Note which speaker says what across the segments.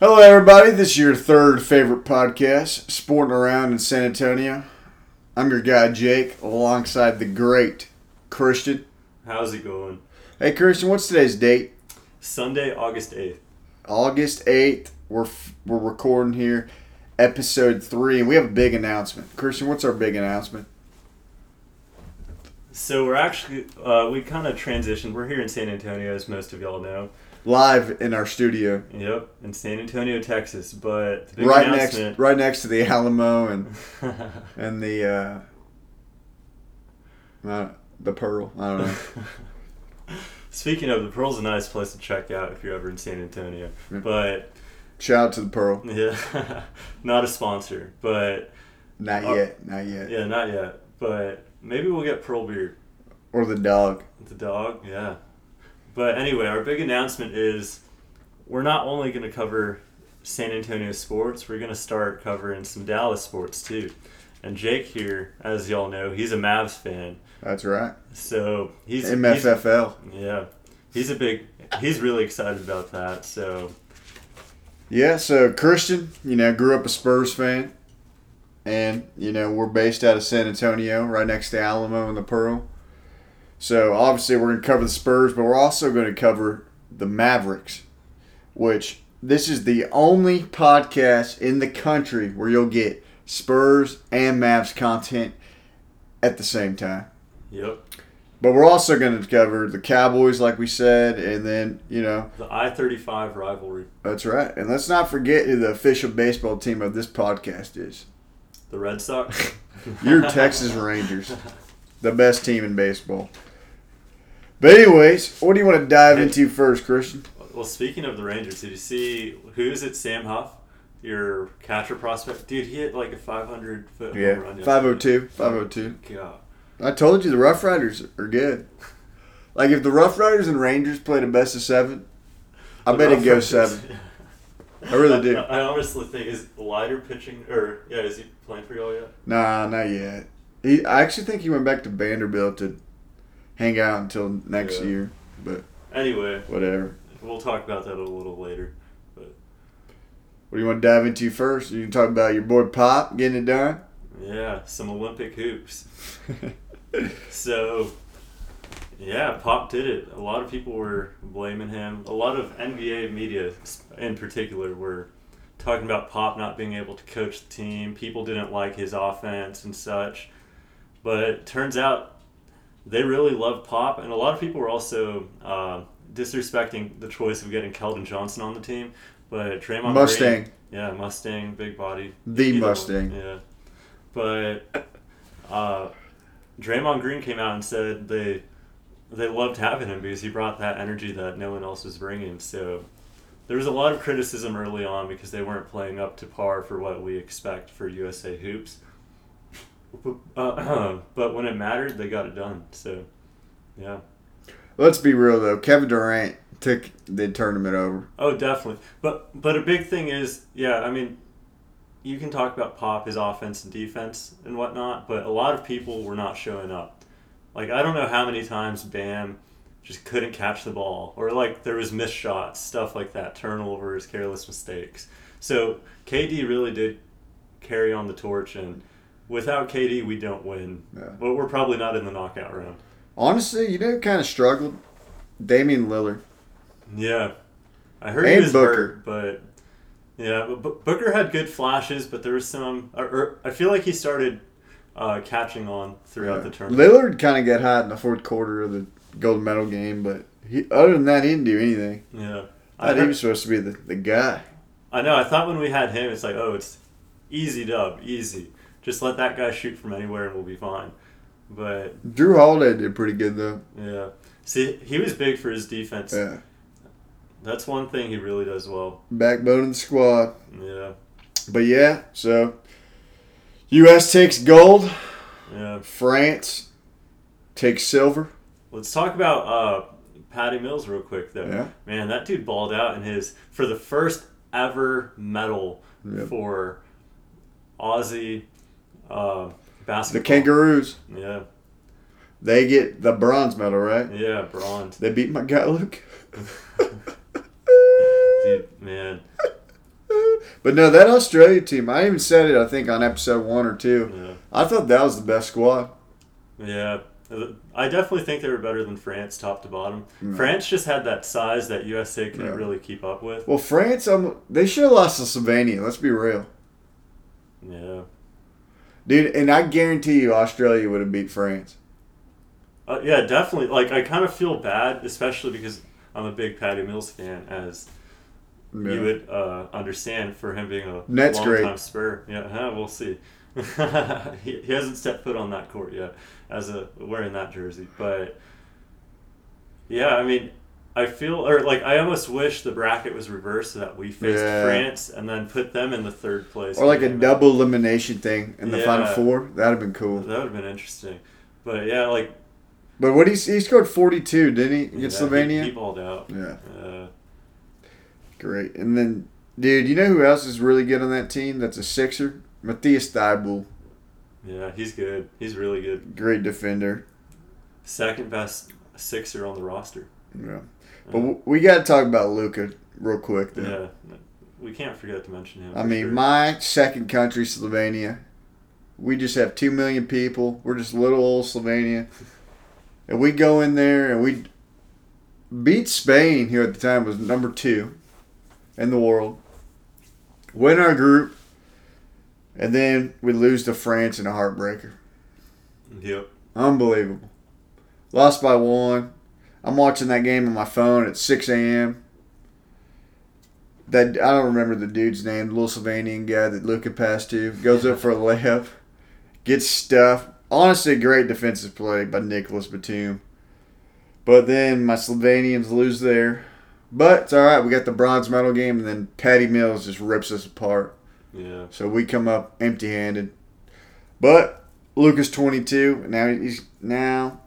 Speaker 1: Hello, everybody. This is your third favorite podcast, Sporting Around in San Antonio. I'm your guy, Jake, alongside the great Christian.
Speaker 2: How's it going?
Speaker 1: Hey, Christian, what's today's date?
Speaker 2: Sunday, August 8th.
Speaker 1: August 8th. We're, f- we're recording here, episode three, and we have a big announcement. Christian, what's our big announcement?
Speaker 2: So we're actually, uh, we kind of transitioned. We're here in San Antonio, as most of y'all know.
Speaker 1: Live in our studio,
Speaker 2: Yep, in San Antonio, Texas. But the big
Speaker 1: right next
Speaker 2: announcement.
Speaker 1: right next to the Alamo and and the uh, uh, the Pearl. I don't know.
Speaker 2: Speaking of, the Pearl's a nice place to check out if you're ever in San Antonio.
Speaker 1: Mm.
Speaker 2: But,
Speaker 1: Shout out to the Pearl.
Speaker 2: yeah, not a sponsor. But,
Speaker 1: Not
Speaker 2: Uh,
Speaker 1: yet. Not yet.
Speaker 2: yeah, not yet. But maybe we'll get Pearl Beer.
Speaker 1: Or the dog.
Speaker 2: The dog, yeah. But anyway, our big announcement is we're not only going to cover San Antonio sports, we're going to start covering some Dallas sports too. And Jake here, as y'all know, he's a Mavs fan.
Speaker 1: That's right.
Speaker 2: So he's he's-
Speaker 1: MFFL.
Speaker 2: yeah. He's a big he's really excited about that. So
Speaker 1: Yeah, so Christian, you know, grew up a Spurs fan. And, you know, we're based out of San Antonio, right next to Alamo and the Pearl. So obviously we're going to cover the Spurs, but we're also going to cover the Mavericks, which this is the only podcast in the country where you'll get Spurs and Mavs content at the same time.
Speaker 2: yep.
Speaker 1: But we're also going to cover the Cowboys, like we said, and then, you know,
Speaker 2: The I thirty five rivalry,
Speaker 1: that's right. And let's not forget who the official baseball team of this podcast is.
Speaker 2: the Red Sox.
Speaker 1: Your Texas Rangers, the best team in baseball. But, anyways, what do you want to dive into first, Christian?
Speaker 2: Well, speaking of the Rangers, did you see who's it? Sam Huff, your catcher prospect, dude. He hit like a 500 foot home
Speaker 1: Yeah.
Speaker 2: run. yesterday.
Speaker 1: 502. 502.
Speaker 2: God.
Speaker 1: I told you the Rough Riders are good. Like, if the Rough Riders and Rangers played a best of seven, I
Speaker 2: The
Speaker 1: bet it
Speaker 2: Rough
Speaker 1: goes
Speaker 2: Riders.
Speaker 1: seven. I really do.
Speaker 2: I honestly think is Lighter pitching or yeah, is he playing for y'all yet?
Speaker 1: Nah, not yet. He, I actually think he went back to Vanderbilt to hang out until next
Speaker 2: Yeah.
Speaker 1: year, but
Speaker 2: Anyway,
Speaker 1: whatever.
Speaker 2: we'll talk about that a little later.
Speaker 1: What do you want to dive into first? You can talk about your boy Pop getting it done.
Speaker 2: Yeah, some Olympic hoops. So, yeah, Pop did it. A lot of people were blaming him. A lot of NBA media, in particular, were talking about Pop not being able to coach the team. People didn't like his offense and such. But it turns out they really love Pop, and a lot of people were also uh, disrespecting the choice of getting Keldon Johnson on the team. But Draymond Green-
Speaker 1: Mustang.
Speaker 2: yeah, Mustang, big body.
Speaker 1: The
Speaker 2: Either one,
Speaker 1: Mustang.
Speaker 2: Yeah. But uh, Draymond Green came out and said they they loved having him because he brought that energy that no one else was bringing. So there was a lot of criticism early on because they weren't playing up to par for what we expect for USA hoops. Uh, but when it mattered, they got it done. So, yeah.
Speaker 1: Let's be real though. Kevin Durant took the tournament over.
Speaker 2: Oh, definitely. But but a big thing is, yeah, I mean, you can talk about Pop, his offense and defense and whatnot, but a lot of people were not showing up. Like I don't know how many times Bam just couldn't catch the ball, or like there was missed shots, stuff like that, turnovers, careless mistakes. So KD really did carry on the torch, and without KD, we don't win.
Speaker 1: Yeah.
Speaker 2: But we're probably not in the knockout round.
Speaker 1: Honestly, you know, who kind of struggled. Damian Lillard.
Speaker 2: Yeah, I heard
Speaker 1: And
Speaker 2: he was
Speaker 1: Booker.
Speaker 2: hurt, but yeah, but Bo- Booker had good flashes, but there was some. Or, or, I feel like he started uh, catching on throughout the tournament.
Speaker 1: Lillard kind of got hot in the fourth quarter of the gold medal game, but he, other than that, he didn't do anything.
Speaker 2: yeah,
Speaker 1: I
Speaker 2: I,
Speaker 1: thought he
Speaker 2: heard-
Speaker 1: was supposed to be the, the guy.
Speaker 2: I know. I thought when we had him, it's like, oh, it's easy dub, easy. Just let that guy shoot from anywhere and we'll be fine. But
Speaker 1: Drew Holiday did pretty good though.
Speaker 2: yeah, see, he was big for his defense.
Speaker 1: Yeah.
Speaker 2: That's one thing he really does well.
Speaker 1: Backbone of the squad.
Speaker 2: Yeah,
Speaker 1: But yeah, so U.S. takes gold,
Speaker 2: yeah.
Speaker 1: France takes silver.
Speaker 2: Let's talk about uh, Patty Mills real quick, though.
Speaker 1: Yeah.
Speaker 2: Man, that dude balled out in his for the first ever medal
Speaker 1: Yep.
Speaker 2: for Aussie uh,
Speaker 1: The
Speaker 2: basketball.
Speaker 1: Kangaroos
Speaker 2: Yeah,
Speaker 1: they get the bronze medal, right?
Speaker 2: yeah, bronze.
Speaker 1: They beat my guy Luke.
Speaker 2: Dude, man,
Speaker 1: But no, that Australia team, I even said it, I think, on episode one or two.
Speaker 2: Yeah.
Speaker 1: I thought that was the best squad.
Speaker 2: uh, Yeah. I definitely think they were better than France, top to bottom. France just had that size that USA couldn't
Speaker 1: Mm. Yeah.
Speaker 2: really keep up with.
Speaker 1: Well, France, um, they should have lost to Slovenia, let's be real.
Speaker 2: Yeah.
Speaker 1: Dude, and I guarantee you Australia would have beat France.
Speaker 2: Uh, yeah, definitely. Like, I kind of feel bad, especially because I'm a big Patty Mills fan, as
Speaker 1: Yeah.
Speaker 2: you would uh, understand for him being a
Speaker 1: That's
Speaker 2: long
Speaker 1: great.
Speaker 2: time Spur. Yeah, huh, we'll see. he, he hasn't stepped foot on that court yet, as a wearing that jersey. But yeah, I mean, I feel or like I almost wish the bracket was reversed so that we faced
Speaker 1: Yeah.
Speaker 2: France and then put them in the third place.
Speaker 1: or like a
Speaker 2: Yeah.
Speaker 1: double elimination thing in the final
Speaker 2: Yeah.
Speaker 1: four. That'd have been cool.
Speaker 2: That would have been interesting. But yeah, like
Speaker 1: But what he he scored forty two, didn't he, against
Speaker 2: yeah, he-
Speaker 1: Slovenia?
Speaker 2: he, balled out.
Speaker 1: Yeah.
Speaker 2: Uh,
Speaker 1: Great. And then, dude, you know who else is really good on that team? That's a sixer, Matthias Thybul,
Speaker 2: yeah, he's good. He's really good.
Speaker 1: great defender.
Speaker 2: Second best sixer on the roster.
Speaker 1: Yeah. But w- we got to talk about Luca real quick. Though.
Speaker 2: Mm-hmm. Yeah. We can't forget to mention him.
Speaker 1: I
Speaker 2: for
Speaker 1: mean,
Speaker 2: sure.
Speaker 1: my second country, Slovenia. We just have two million people. We're just little old Slovenia, and we go in there and we beat Spain, who at the time was number two in the world. Win our group, and then we lose to France in a heartbreaker.
Speaker 2: Yep.
Speaker 1: Unbelievable. Lost by one. I'm watching that game on my phone at 6 a.m. That I don't remember the dude's name, the little Slovenian guy that Luca passed to, goes up for a layup, gets stuffed. Honestly, great defensive play by Nicholas Batum. But then my Slovenians lose there. But it's all right. We got the bronze medal game, and then Patty Mills just rips us apart.
Speaker 2: Yeah.
Speaker 1: So we come up empty handed. But Luca's 22. and Now he's now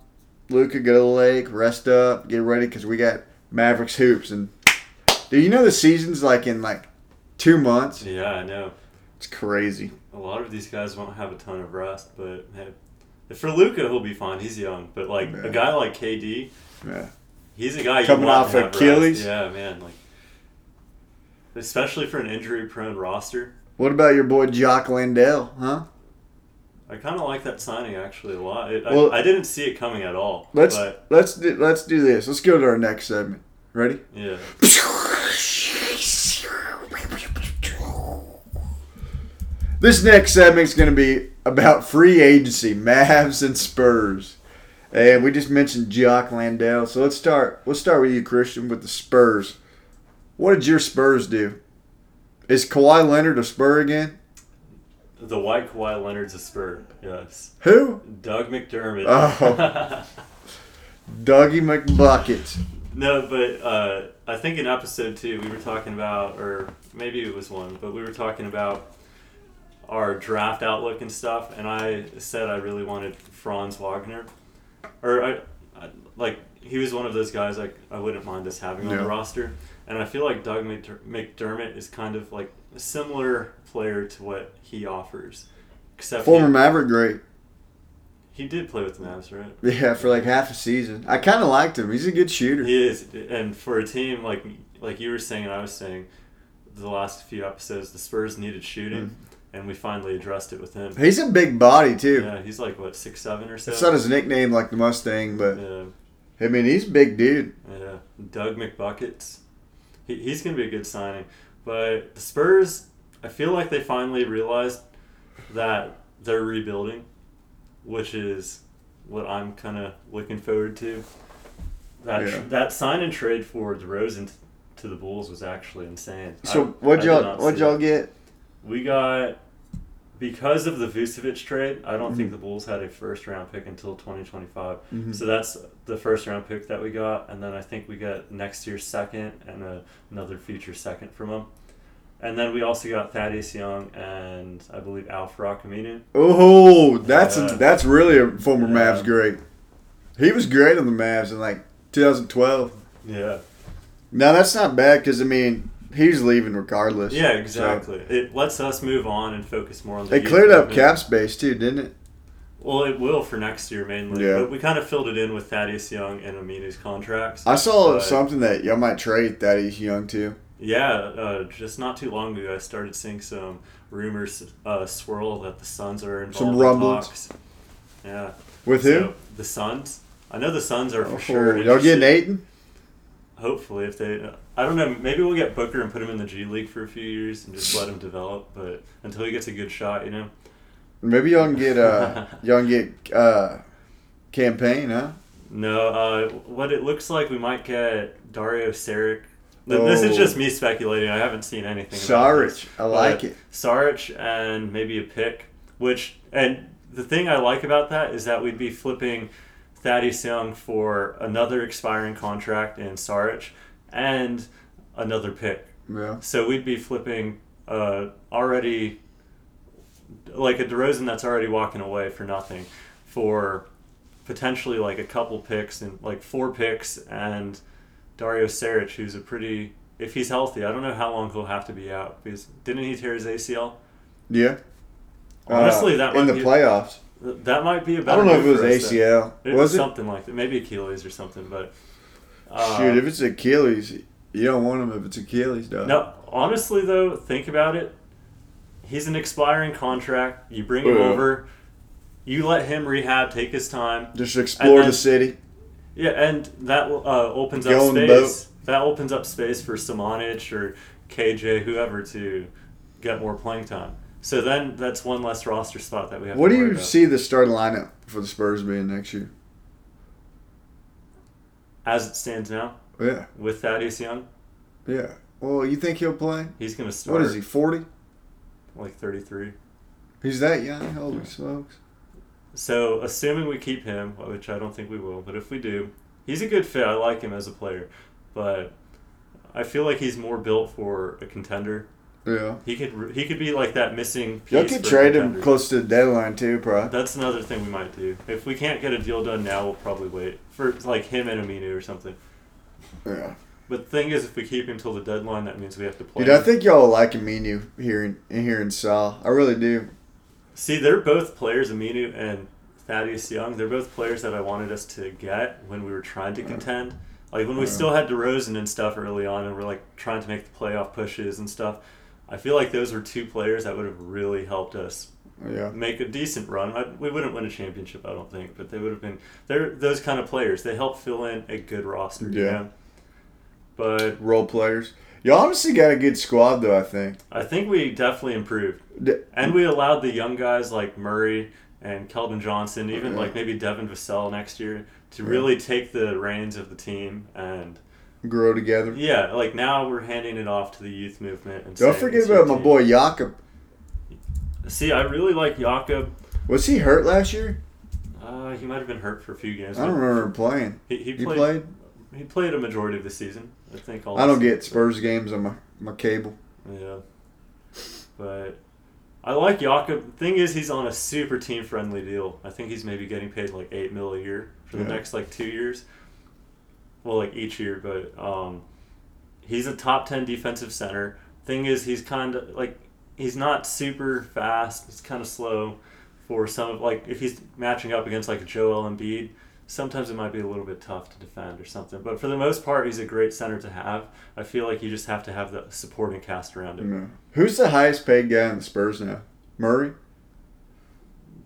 Speaker 1: Luca go to the lake, rest up, get ready because we got Mavericks hoops. And do you know the season's like in like two months?
Speaker 2: Yeah, I know.
Speaker 1: It's crazy.
Speaker 2: A lot of these guys won't have a ton of rest, but hey, for Luca, he'll be fine. He's young, but like
Speaker 1: Yeah.
Speaker 2: a guy like KD,
Speaker 1: Yeah.
Speaker 2: he's a guy you
Speaker 1: Coming
Speaker 2: want
Speaker 1: off
Speaker 2: to have
Speaker 1: Achilles?
Speaker 2: Rest. Yeah, man. Like, especially for an injury-prone roster,
Speaker 1: What about your boy Jock Landell, huh?
Speaker 2: I kind of like that signing actually a lot. It,
Speaker 1: Well-
Speaker 2: I, I didn't see it coming at all.
Speaker 1: Let's
Speaker 2: but
Speaker 1: let's do, let's do this. Let's go to our next segment. Ready?
Speaker 2: yeah,
Speaker 1: This next segment's going to be about free agency, Mavs and Spurs. And we just mentioned Jock Landell, so let's start. Let's start with you, Christian, with the Spurs. What did your Spurs do? Is Kawhi Leonard a Spur again?
Speaker 2: the white Kawhi Leonard's a spur. Yes,
Speaker 1: Who?
Speaker 2: Doug McDermott.
Speaker 1: Oh. Dougie McBucket.
Speaker 2: No, but uh, I think in episode two we were talking about, or maybe it was one, but we were talking about our draft outlook and stuff, and I said I really wanted Franz Wagner, or I, I like he was one of those guys like I wouldn't mind us having on
Speaker 1: Yeah.
Speaker 2: the roster, and I feel like Doug McDer- McDermott is kind of like a similar player to what he offers, except
Speaker 1: Former Maverick great.
Speaker 2: he, he did play with the Mavs, right?
Speaker 1: Yeah, for like half a season. I kind of liked him. He's a good shooter.
Speaker 2: He is, and for a team like like you were saying, and I was saying, the last few episodes, the Spurs needed shooting, and we finally addressed it with him.
Speaker 1: He's a big body, too.
Speaker 2: Yeah, he's like what six seven or so.
Speaker 1: It's not his nickname like the Mustang, but
Speaker 2: yeah,
Speaker 1: I mean he's a big dude.
Speaker 2: yeah. Doug McBuckets, he, he's gonna be a good signing. But the Spurs, I feel like they finally realized that they're rebuilding, which is what I'm kind of looking forward to. That
Speaker 1: Yeah.
Speaker 2: that sign and trade for DeRozan t- to the Bulls was actually insane. I-
Speaker 1: So what
Speaker 2: I
Speaker 1: would
Speaker 2: did
Speaker 1: y'all
Speaker 2: not
Speaker 1: what
Speaker 2: see
Speaker 1: y'all
Speaker 2: it.
Speaker 1: get?
Speaker 2: We got because of the Vucevic trade. I don't
Speaker 1: Mm-hmm.
Speaker 2: think the Bulls had a first round pick until 2025.
Speaker 1: Mhm.
Speaker 2: So that's the first round pick that we got, and then I think we got next year's second and a, another future second from them. And then we also got Thaddeus Young and I believe Alf Rakaminu.
Speaker 1: Oh, that's a,
Speaker 2: Yeah.
Speaker 1: that's really a former
Speaker 2: Yeah.
Speaker 1: Mavs great. He was great on the Mavs in like 2012.
Speaker 2: Yeah.
Speaker 1: Now that's not bad because I mean he's leaving regardless.
Speaker 2: Yeah,
Speaker 1: So,
Speaker 2: exactly. It lets us move on and focus more on the
Speaker 1: It
Speaker 2: youth
Speaker 1: cleared up
Speaker 2: movement.
Speaker 1: cap space too, didn't it?
Speaker 2: Well, it will for next year mainly.
Speaker 1: Yeah.
Speaker 2: But we kind of filled it in with Thaddeus Young and Aminu's contracts.
Speaker 1: I saw
Speaker 2: But-
Speaker 1: something that y'all might trade Thaddeus Young too.
Speaker 2: Yeah, uh, just not too long ago, I started seeing some rumors uh, swirl that the Suns are involved
Speaker 1: Some
Speaker 2: in
Speaker 1: rumblings.
Speaker 2: talks. Yeah.
Speaker 1: With who?
Speaker 2: So, the Suns. I know the Suns are for
Speaker 1: Oh,
Speaker 2: sure.
Speaker 1: Y'all
Speaker 2: interested.
Speaker 1: getting Aiton?
Speaker 2: Hopefully, if they, I don't know, maybe we'll get Booker and put him in the G League for a few years and just let him develop. But until he gets a good shot, you know,
Speaker 1: Maybe y'all can get uh y'all can get uh campaign, huh?
Speaker 2: no. Uh, what it looks like, we might get Dario Saric. Th- This is
Speaker 1: Oh.
Speaker 2: just me speculating. I haven't seen anything. about this.
Speaker 1: Saric. I like
Speaker 2: But
Speaker 1: it.
Speaker 2: Saric and maybe a pick, which and the thing I like about that is that we'd be flipping Thaddeus Young for another expiring contract in Saric and another pick.
Speaker 1: Yeah.
Speaker 2: So we'd be flipping uh, already like a DeRozan that's already walking away for nothing for potentially like a couple picks and like four picks and Dario Saric, who's a pretty if he's healthy, I don't know how long he'll have to be out because didn't he tear his ACL?
Speaker 1: Yeah. Uh,
Speaker 2: Honestly, that might
Speaker 1: in the
Speaker 2: be
Speaker 1: playoffs.
Speaker 2: that might be a
Speaker 1: I
Speaker 2: better.
Speaker 1: don't know if it
Speaker 2: move
Speaker 1: was
Speaker 2: for us, though.
Speaker 1: ACL.
Speaker 2: It
Speaker 1: was it?
Speaker 2: something like that? Maybe Achilles or something, but uh,
Speaker 1: Shoot, if it's Achilles, you don't want him if it's Achilles, dog.
Speaker 2: No, honestly though, think about it. He's an expiring contract. You bring him
Speaker 1: Oh, Yeah.
Speaker 2: over. You let him rehab, take his time.
Speaker 1: Just explore
Speaker 2: And then-
Speaker 1: the city.
Speaker 2: Yeah, and that uh, opens
Speaker 1: Go
Speaker 2: up
Speaker 1: on the boat.
Speaker 2: space. That opens up space for Samanich or KJ, whoever, to get more playing time. So then that's one less roster spot that we have.
Speaker 1: What
Speaker 2: to
Speaker 1: do
Speaker 2: worry
Speaker 1: you
Speaker 2: about.
Speaker 1: see the starting lineup for the Spurs being next year?
Speaker 2: as it stands now
Speaker 1: Yeah,
Speaker 2: with Thaddeus Young?
Speaker 1: yeah. Well, you think he'll play?
Speaker 2: He's gonna start.
Speaker 1: What is he? Forty?
Speaker 2: Like thirty-three.
Speaker 1: He's that young? Holy smokes!
Speaker 2: So, assuming we keep him, which I don't think we will, but if we do, he's a good fit. I like him as a player, but I feel like he's more built for a contender.
Speaker 1: Yeah.
Speaker 2: He could he could be like that missing piece.
Speaker 1: Y'all could
Speaker 2: for a
Speaker 1: trade him
Speaker 2: contender.
Speaker 1: close to the deadline too, probably.
Speaker 2: That's another thing we might do. If we can't get a deal done now, we'll probably wait for like him and Aminu or something.
Speaker 1: Yeah.
Speaker 2: But the thing is, if we keep him till the deadline, that means we have to play.
Speaker 1: Dude, I
Speaker 2: him.
Speaker 1: think y'all will like Aminu here in here in Sal. I really do.
Speaker 2: See, they're both players, Aminu and Thaddeus Young. They're both players that I wanted us to get when we were trying to contend. Like when we
Speaker 1: Yeah.
Speaker 2: still had DeRozan and stuff early on, and we're like trying to make the playoff pushes and stuff. I feel like those were two players that would have really helped us
Speaker 1: Yeah.
Speaker 2: make a decent run. I, we wouldn't win a championship, I don't think, but they would have been. They're those kind of players. They help fill in a good roster. Yeah.
Speaker 1: Yeah.
Speaker 2: But
Speaker 1: Role players. Y'all obviously got a good squad though. I think.
Speaker 2: I think we definitely improved.
Speaker 1: D-
Speaker 2: And we allowed the young guys like Murray and Kelvin Johnson, even like maybe Devin Vassell next year, to
Speaker 1: Yeah.
Speaker 2: really take the reins of the team. And
Speaker 1: grow together.
Speaker 2: yeah, like now we're handing it off to the youth movement. And
Speaker 1: Don't
Speaker 2: saying
Speaker 1: forget
Speaker 2: it's your
Speaker 1: about my
Speaker 2: team.
Speaker 1: boy Jakob.
Speaker 2: See, I really like Jakob.
Speaker 1: Was he hurt last year?
Speaker 2: Uh, he might have been hurt for a few games.
Speaker 1: I don't
Speaker 2: but
Speaker 1: remember him playing.
Speaker 2: He, he
Speaker 1: He
Speaker 2: played.
Speaker 1: played.
Speaker 2: He played a majority of the season. I think. All
Speaker 1: I don't
Speaker 2: the
Speaker 1: get
Speaker 2: season.
Speaker 1: Spurs games on my, my cable.
Speaker 2: Yeah, but. I like Jakob. Thing is, he's on a super team friendly deal. I think he's maybe getting paid like eight mil a year for the
Speaker 1: Yeah.
Speaker 2: next like two years. Well, like each year, but um, he's a top ten defensive center. Thing is, he's kind of like he's not super fast. He's kind of slow for some of like if he's matching up against like Joel Embiid. Sometimes it might be a little bit tough to defend or something, but for the most part, he's a great center to have. I feel like you just have to have the supporting cast around him.
Speaker 1: No. Who's the highest paid guy in the Spurs now? Murray?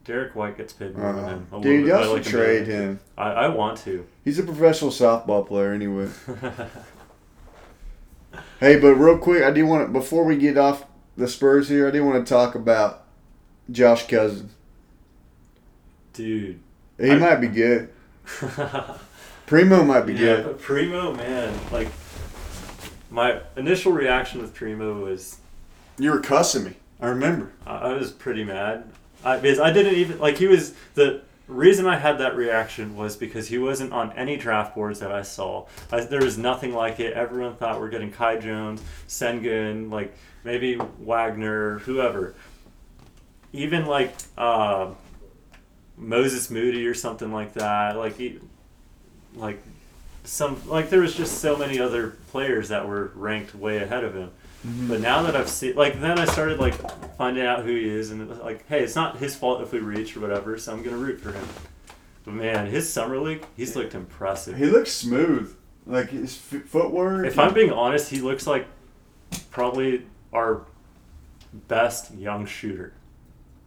Speaker 2: Derek White gets paid more than
Speaker 1: Mm. Uh,
Speaker 2: him. a little
Speaker 1: dude,
Speaker 2: bit, but I
Speaker 1: y'all
Speaker 2: like
Speaker 1: should
Speaker 2: him better.
Speaker 1: trade him.
Speaker 2: I, I want to.
Speaker 1: He's a professional softball player anyway. Hey, but real quick, I do want to, before we get off the Spurs here, I do want to talk about Josh Cousins.
Speaker 2: Dude.
Speaker 1: He
Speaker 2: I-
Speaker 1: might be good.
Speaker 2: yeah,
Speaker 1: Primo might be good.
Speaker 2: but Primo, man. Like, my initial reaction with Primo was
Speaker 1: You were cussing me. I remember.
Speaker 2: I, I was pretty mad. I, because I didn't even, like, he was, the reason I had that reaction was because he wasn't on any draft boards that I saw. I, there was nothing like it. Everyone thought we're getting Kai Jones, Sengun, like, maybe Wagner, whoever. Even, like, uh, Moses Moody or something like that. Like, he, like, some like there was just so many other players that were ranked way ahead of him. But now that I've seen, like, then I started like finding out who he is, and it was like, hey, it's not his fault if we reach or whatever, so I'm gonna root for him. But man, his summer league, he's looked impressive.
Speaker 1: He looks smooth. Like his f- footwork.
Speaker 2: If I'm being honest, he looks like probably our best young shooter.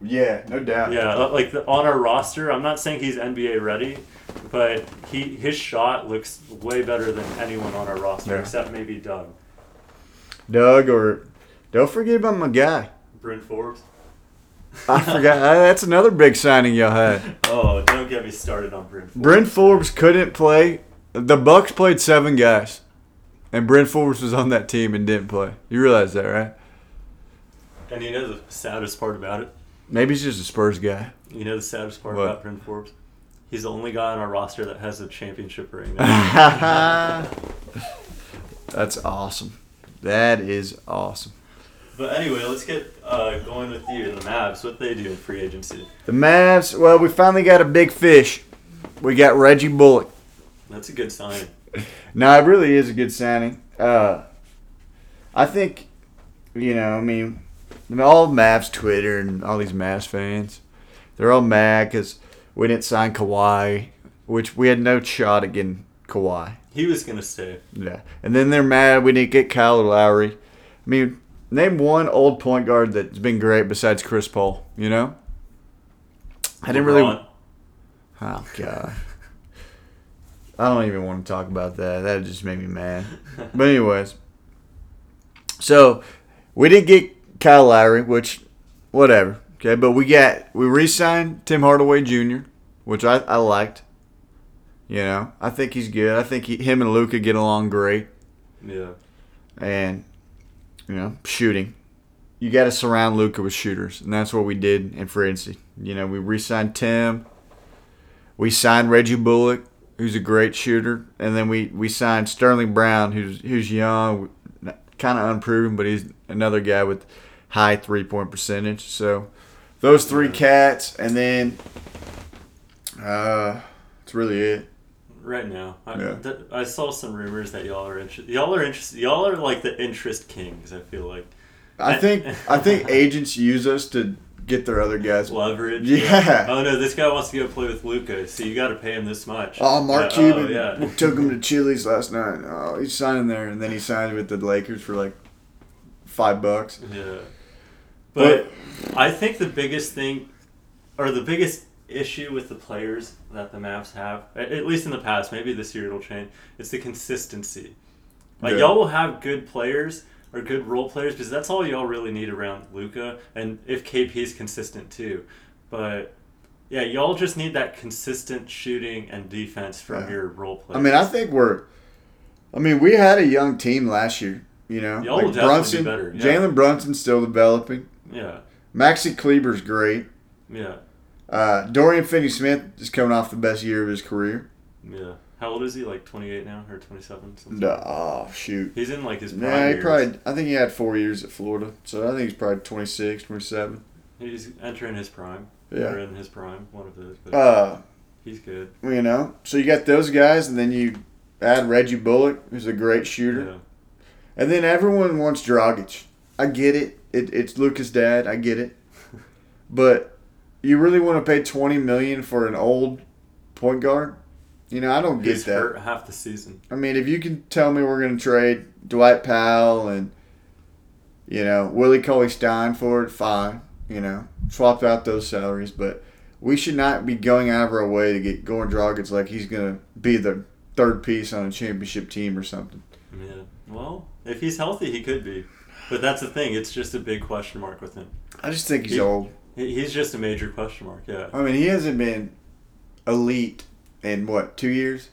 Speaker 1: Yeah, no doubt.
Speaker 2: Yeah, uh, like the, on our roster, I'm not saying he's NBA ready, but he his shot looks way better than anyone on our roster
Speaker 1: Yeah.
Speaker 2: except maybe Doug.
Speaker 1: Doug or don't forget about my guy.
Speaker 2: Bryn Forbes.
Speaker 1: I forgot. I- that's another big signing y'all had.
Speaker 2: Oh, don't get me started on Bryn Forbes.
Speaker 1: Brent Forbes couldn't play. The Bucks played seven guys, and Brent Forbes was on that team and didn't play. You realize that, right?
Speaker 2: And you know the saddest part about it?
Speaker 1: Maybe he's just a Spurs guy.
Speaker 2: You know the saddest part
Speaker 1: What?
Speaker 2: about Bryn Forbes? He's the only guy on our roster that has a championship ring.
Speaker 1: That's awesome. That is awesome.
Speaker 2: but anyway, let's get uh, going with you and the Mavs. What they do in free agency?
Speaker 1: The Mavs. Well, we finally got a big fish. We got Reggie Bullock.
Speaker 2: That's a good sign.
Speaker 1: No, it really is a good signing. Uh, I think, you know, I mean, I mean, all Mavs Twitter and all these Mavs fans, they're all mad because we didn't sign Kawhi, which we had no shot at getting Kawhi.
Speaker 2: He was gonna stay.
Speaker 1: Yeah, and then they're mad we didn't get Kyle Lowry. I mean, name one old point guard that's been great besides Chris Paul. You know, I didn't really.
Speaker 2: LeBron.
Speaker 1: Oh god. I don't even want to talk about that. That just made me mad. But anyways, so we didn't get Kyle Lowry, which whatever. Okay, but we got we re-signed Tim Hardaway Jr., which I, I liked. You know, I think he's good. I think he, him and Luca get along great,
Speaker 2: Yeah.
Speaker 1: and you know, shooting. You got to surround Luca with shooters, and that's what we did in free agency. You know, we re-signed Tim. We signed Reggie Bullock, who's a great shooter, and then we, we signed Sterling Brown, who's who's young, kind of unproven, but he's another guy with high three point percentage. So those three cats, and then uh, that's really it.
Speaker 2: Right now, I,
Speaker 1: Yeah.
Speaker 2: th- I saw some rumors that y'all are interested. Y'all are interested. Y'all are like the interest kings. I feel like
Speaker 1: I think I think agents use us to get their other guys.
Speaker 2: leverage.
Speaker 1: Yeah.
Speaker 2: Oh no, this guy wants to go play with Luca, so you got to pay him this much.
Speaker 1: Oh, Mark
Speaker 2: Yeah,
Speaker 1: Cuban
Speaker 2: Oh, yeah.
Speaker 1: took him to Chili's last night. Oh, he's signing there, and then he signed with the Lakers for like five bucks.
Speaker 2: Yeah. But I think the biggest thing, or the biggest issue with the players that the Mavs have, a- at least in the past, maybe this year it'll change, is the consistency. Like
Speaker 1: Yeah.
Speaker 2: y'all will have good players or good role players because that's all y'all really need around Luca, and if KP's consistent too. But yeah, y'all just need that consistent shooting and defense from
Speaker 1: Yeah.
Speaker 2: your role
Speaker 1: I
Speaker 2: players.
Speaker 1: mean, I think we're. I mean, we had a young team last year. You know,
Speaker 2: Y'all will definitely be
Speaker 1: Brunson,
Speaker 2: better, yeah.
Speaker 1: Jalen Brunson's still developing.
Speaker 2: yeah,
Speaker 1: Maxi Kleber's great.
Speaker 2: yeah,
Speaker 1: Uh, Dorian Finney-Smith is coming off the best year of his career.
Speaker 2: yeah. How old is he? Like twenty eight now or twenty seven?
Speaker 1: Duh, oh shoot.
Speaker 2: He's in like his prime
Speaker 1: Nah, he
Speaker 2: years.
Speaker 1: probably. I think he had four years at Florida, so I think he's probably 26, 27.
Speaker 2: He's entering his prime.
Speaker 1: Yeah.
Speaker 2: Or in his prime, one of those. But
Speaker 1: Uh,
Speaker 2: he's good.
Speaker 1: you know, so you got those guys, and then you add Reggie Bullock, who's a great shooter.
Speaker 2: Yeah.
Speaker 1: And then everyone wants Dragic. I get it. it it's Luca's dad. I get it. But you really want to pay twenty million for an old point guard? You know, I don't get
Speaker 2: He's
Speaker 1: that.
Speaker 2: hurt half the season.
Speaker 1: I mean, if you can tell me we're going to trade Dwight Powell and you know Willie Cauley Stein for it, fine. You know, swap out those salaries, but we should not be going out of our way to get Goran Dragic like he's going to be the third piece on a championship team or something.
Speaker 2: Yeah. Well, if he's healthy, he could be. But that's the thing. It's just a big question mark with him.
Speaker 1: I just think he's
Speaker 2: He-
Speaker 1: old.
Speaker 2: He- He's just a major question mark. Yeah.
Speaker 1: I mean, he hasn't been elite in what two years?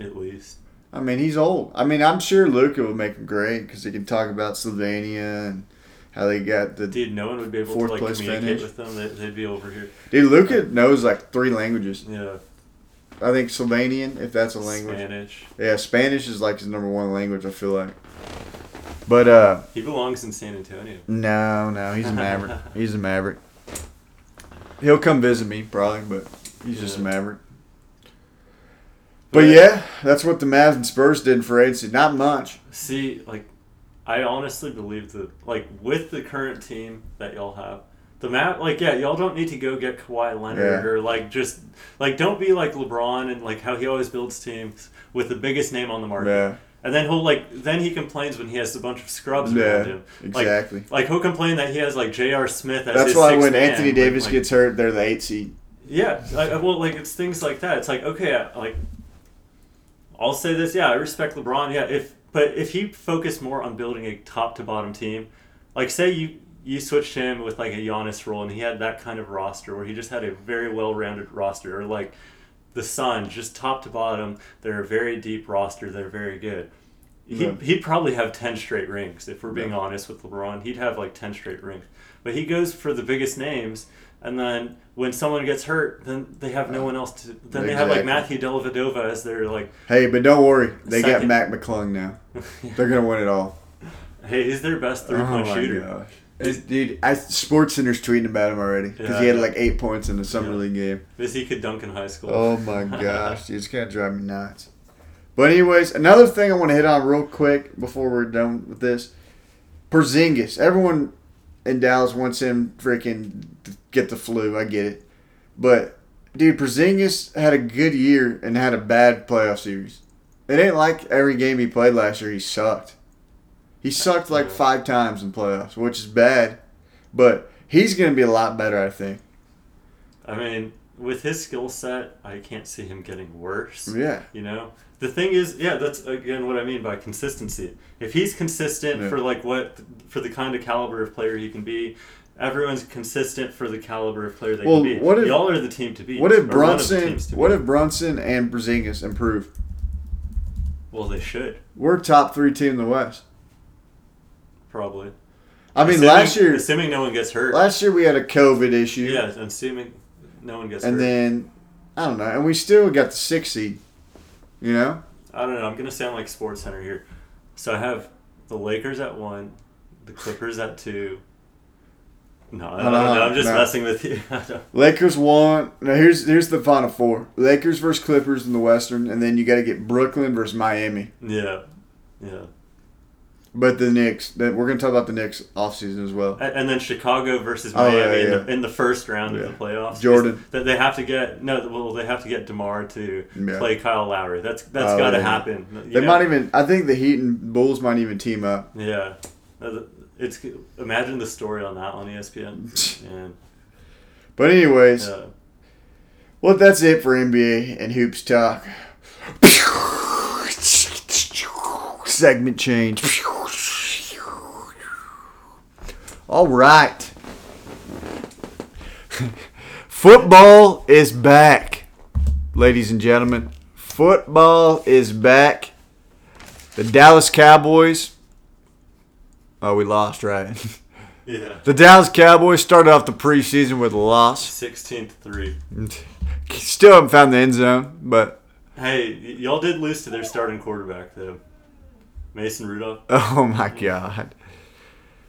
Speaker 2: At least.
Speaker 1: I mean, he's old. I mean, I'm sure Luca will make him great because he can talk about Slovenia and how they got the
Speaker 2: Dude, no one would be able
Speaker 1: Fourth
Speaker 2: to like
Speaker 1: place
Speaker 2: communicate
Speaker 1: finish.
Speaker 2: with them. They- They'd be over here.
Speaker 1: dude. Luca knows like three languages.
Speaker 2: Yeah.
Speaker 1: I think Slovenian, if that's a language.
Speaker 2: Spanish.
Speaker 1: Yeah, Spanish is like his number one language. I feel like. But uh,
Speaker 2: He belongs in San Antonio.
Speaker 1: no, no, he's a maverick. he's a maverick. He'll come visit me probably, but he's just a
Speaker 2: Yeah.
Speaker 1: maverick. But yeah, that's what the Mavs and Spurs did for agency. Not much.
Speaker 2: See, like, I honestly believe that, like, with the current team that y'all have, the map, like, yeah, y'all don't need to go get Kawhi Leonard
Speaker 1: Yeah.
Speaker 2: or like just like don't be like LeBron and like how he always builds teams with the biggest name on the market.
Speaker 1: Yeah.
Speaker 2: And then he'll like then he complains when he has a bunch of scrubs
Speaker 1: Yeah,
Speaker 2: around him. Like,
Speaker 1: exactly.
Speaker 2: Like he'll complain that he has like J.R. Smith as
Speaker 1: That's
Speaker 2: his
Speaker 1: why
Speaker 2: sixth
Speaker 1: when
Speaker 2: man,
Speaker 1: Anthony
Speaker 2: like-
Speaker 1: Davis
Speaker 2: like-
Speaker 1: gets hurt, they're the eight seed.
Speaker 2: yeah, I, I- well, like it's things like that. It's like okay, I, like I'll say this. Yeah, I respect LeBron. Yeah, if but if he focused more on building a top to bottom team, like say you you switched him with like a Giannis role, and he had that kind of roster where he just had a very well rounded roster, or like the Sun, just top to bottom, they're a very deep roster. They're very good. He,
Speaker 1: Yeah.
Speaker 2: He'd probably have 10 straight rings if we're being
Speaker 1: Yeah.
Speaker 2: honest with LeBron. He'd have like 10 straight rings. But he goes for the biggest names, and then when someone gets hurt, then they have no one else to. Then they have like
Speaker 1: Uh, Exactly.
Speaker 2: Matthew Dellavedova as their like,
Speaker 1: Hey, but don't worry, they
Speaker 2: Second.
Speaker 1: got Mac McClung now. They're gonna win it all.
Speaker 2: hey, he's their best three
Speaker 1: Oh
Speaker 2: point
Speaker 1: my
Speaker 2: shooter.
Speaker 1: gosh. It's- dude, I, Sports Center's tweeting about him already because he
Speaker 2: Yeah.
Speaker 1: had like eight points in the summer
Speaker 2: Yeah.
Speaker 1: league game.
Speaker 2: Because he could dunk in high school.
Speaker 1: Oh my gosh, dude, it's gonna drive me nuts. But anyways, another thing I want to hit on real quick before we're done with this, Porzingis. Everyone in Dallas wants him freaking to get the flu. I get it, but dude, Porzingis had a good year and had a bad playoff series. It ain't like every game he played last year he sucked. He sucked like
Speaker 2: Yeah.
Speaker 1: five times in playoffs, which is bad. But he's gonna be a lot better, I think.
Speaker 2: I mean, with his skill set, I can't see him getting worse.
Speaker 1: Yeah.
Speaker 2: You know, the thing is, yeah, that's again what I mean by consistency. If he's consistent
Speaker 1: Yeah.
Speaker 2: for like what for the kind of caliber of player he can be, everyone's consistent for the caliber of player they
Speaker 1: Well,
Speaker 2: can be.
Speaker 1: what if-
Speaker 2: Y'all are the team to beat.
Speaker 1: What
Speaker 2: or
Speaker 1: if
Speaker 2: one of the
Speaker 1: Brunson?
Speaker 2: teams to
Speaker 1: What
Speaker 2: beat.
Speaker 1: if Brunson and Brzingis improve?
Speaker 2: Well, they should
Speaker 1: We're top three team in the West.
Speaker 2: probably.
Speaker 1: I mean,
Speaker 2: Assuming-
Speaker 1: last year,
Speaker 2: assuming no one gets hurt.
Speaker 1: last year we had a COVID issue,
Speaker 2: yeah, I'm assuming no one gets
Speaker 1: and
Speaker 2: hurt.
Speaker 1: then I don't know, and we still got the six seed. You know,
Speaker 2: I don't know. I'm gonna sound like Sports Center here. So I have the Lakers at one, the Clippers at two. No, I
Speaker 1: No,
Speaker 2: don't
Speaker 1: no,
Speaker 2: know. I'm just
Speaker 1: Uh-huh, no.
Speaker 2: messing with you. I don't-
Speaker 1: Lakers won. Now here's here's the final four: Lakers versus Clippers in the Western, and then you got to get Brooklyn versus Miami.
Speaker 2: yeah, yeah,
Speaker 1: But the Knicks, that we're gonna talk about the Knicks offseason as well.
Speaker 2: A- and then Chicago versus
Speaker 1: Oh,
Speaker 2: Miami
Speaker 1: yeah,
Speaker 2: In,
Speaker 1: yeah.
Speaker 2: the, in the first round
Speaker 1: Yeah.
Speaker 2: of the playoffs.
Speaker 1: Jordan.
Speaker 2: That they have to get no. Well, they have to get Demar to
Speaker 1: Yeah.
Speaker 2: play Kyle Lowry. That's that's
Speaker 1: Oh,
Speaker 2: got to
Speaker 1: yeah.
Speaker 2: happen. You
Speaker 1: They
Speaker 2: know?
Speaker 1: might even. I think the Heat and Bulls might even team up.
Speaker 2: Yeah, That- it's imagine the story on that on E ESPN. And
Speaker 1: But anyways,
Speaker 2: uh,
Speaker 1: Well, that's it for NBA and hoops talk. Segment change. All right. Football is back. Ladies and gentlemen, football is back. The Dallas Cowboys. Oh, we lost, right?
Speaker 2: yeah,
Speaker 1: The Dallas Cowboys started off the preseason with a loss.
Speaker 2: sixteenth three.
Speaker 1: Still haven't found the end zone, but
Speaker 2: Hey, y- y'all did lose to their starting quarterback though, Mason Rudolph.
Speaker 1: oh my god.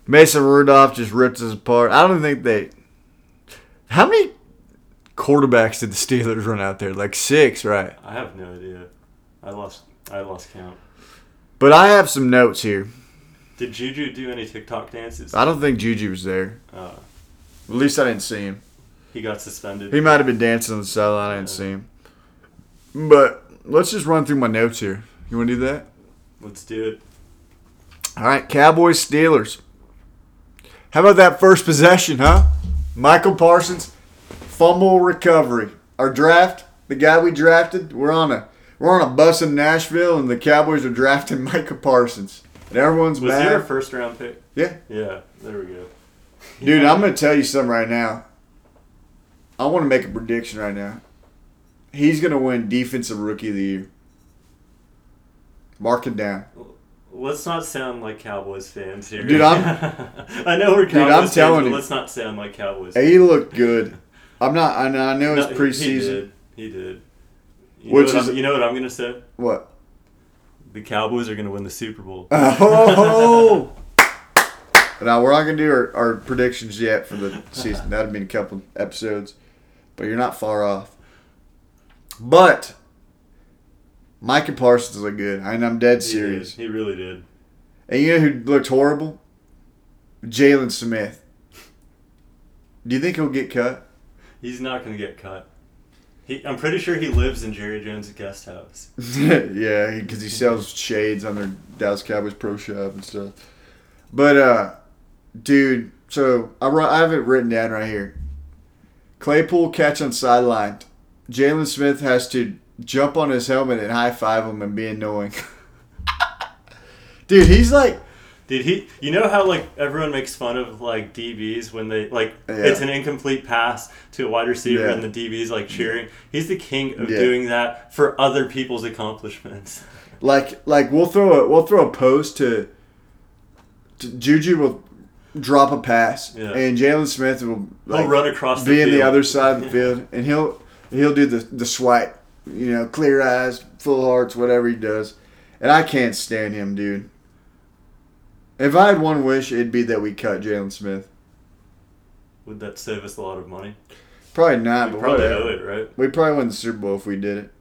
Speaker 1: Mason Rudolph just ripped us apart. I don't think they. How many quarterbacks did the Steelers run out there? Like six, right?
Speaker 2: I have no idea. I lost. I lost count.
Speaker 1: But I have some notes here.
Speaker 2: Did Juju do any TikTok dances?
Speaker 1: I don't think Juju was there.
Speaker 2: Uh,
Speaker 1: At least I didn't see him.
Speaker 2: he got suspended.
Speaker 1: He might have been dancing on the sideline. I didn't see him. But let's just run through my notes here. You want to do that?
Speaker 2: Let's do it.
Speaker 1: All right, Cowboys Steelers. How about that first possession, huh? Michael Parsons fumble recovery. Our draft, the guy we drafted, we're on a we're on a bus in Nashville, and the Cowboys are drafting Michael Parsons, and everyone's
Speaker 2: Was he
Speaker 1: mad.
Speaker 2: our first round pick?
Speaker 1: yeah,
Speaker 2: Yeah. There we go.
Speaker 1: dude, I'm gonna tell you something right now. I want to make a prediction right now. He's gonna win Defensive Rookie of the Year. Mark it down.
Speaker 2: Let's not sound like Cowboys fans here.
Speaker 1: Dude, I'm-
Speaker 2: I know we're Cowboys
Speaker 1: I'm
Speaker 2: fans,
Speaker 1: telling
Speaker 2: but
Speaker 1: you.
Speaker 2: let's not sound like Cowboys.
Speaker 1: Hey, He looked good. I'm not. I know, I know
Speaker 2: No,
Speaker 1: it's
Speaker 2: he- He
Speaker 1: preseason.
Speaker 2: did. He did. You
Speaker 1: Which
Speaker 2: know what
Speaker 1: is-
Speaker 2: I'm- you know what I'm gonna say?
Speaker 1: What?
Speaker 2: The Cowboys are gonna win the Super Bowl.
Speaker 1: Oh! now we're not gonna do our, our predictions yet for the season. That'd been a couple episodes, but you're not far off. But Micah Parsons looked good, and I'm dead
Speaker 2: He did.
Speaker 1: serious.
Speaker 2: He really did.
Speaker 1: And you know who looked horrible? Jalen Smith. Do you think he'll get cut?
Speaker 2: He's not going to get cut. He, I'm pretty sure he lives in Jerry Jones' guest house.
Speaker 1: yeah, because he sells shades on their Dallas Cowboys pro shop and stuff. But uh, dude, so I wri- I have it written down right here. Claypool catch on sideline. Jalen Smith has to jump on his helmet and high five him and be annoying. dude, he's like
Speaker 2: Did he? You know how like everyone makes fun of like DBs when they like
Speaker 1: Yeah.
Speaker 2: it's an incomplete pass to a wide receiver
Speaker 1: Yeah.
Speaker 2: and the DBs like cheering. He's the king of
Speaker 1: Yeah.
Speaker 2: doing that for other people's accomplishments.
Speaker 1: Like like we'll throw a we'll throw a post to, to Juju will drop a pass
Speaker 2: Yeah.
Speaker 1: and Jalen Smith will
Speaker 2: He'll
Speaker 1: like,
Speaker 2: run across the
Speaker 1: be in the
Speaker 2: field.
Speaker 1: other side of the field and he'll he'll do the the swipe you know clear eyes full hearts whatever he does and I can't stand him dude. If I had one wish it'd be that we cut Jalen Smith.
Speaker 2: Would that save us a lot of money?
Speaker 1: Probably not.
Speaker 2: we
Speaker 1: but
Speaker 2: probably
Speaker 1: whatever.
Speaker 2: owe it, right?
Speaker 1: We probably win the Super Bowl if we did it.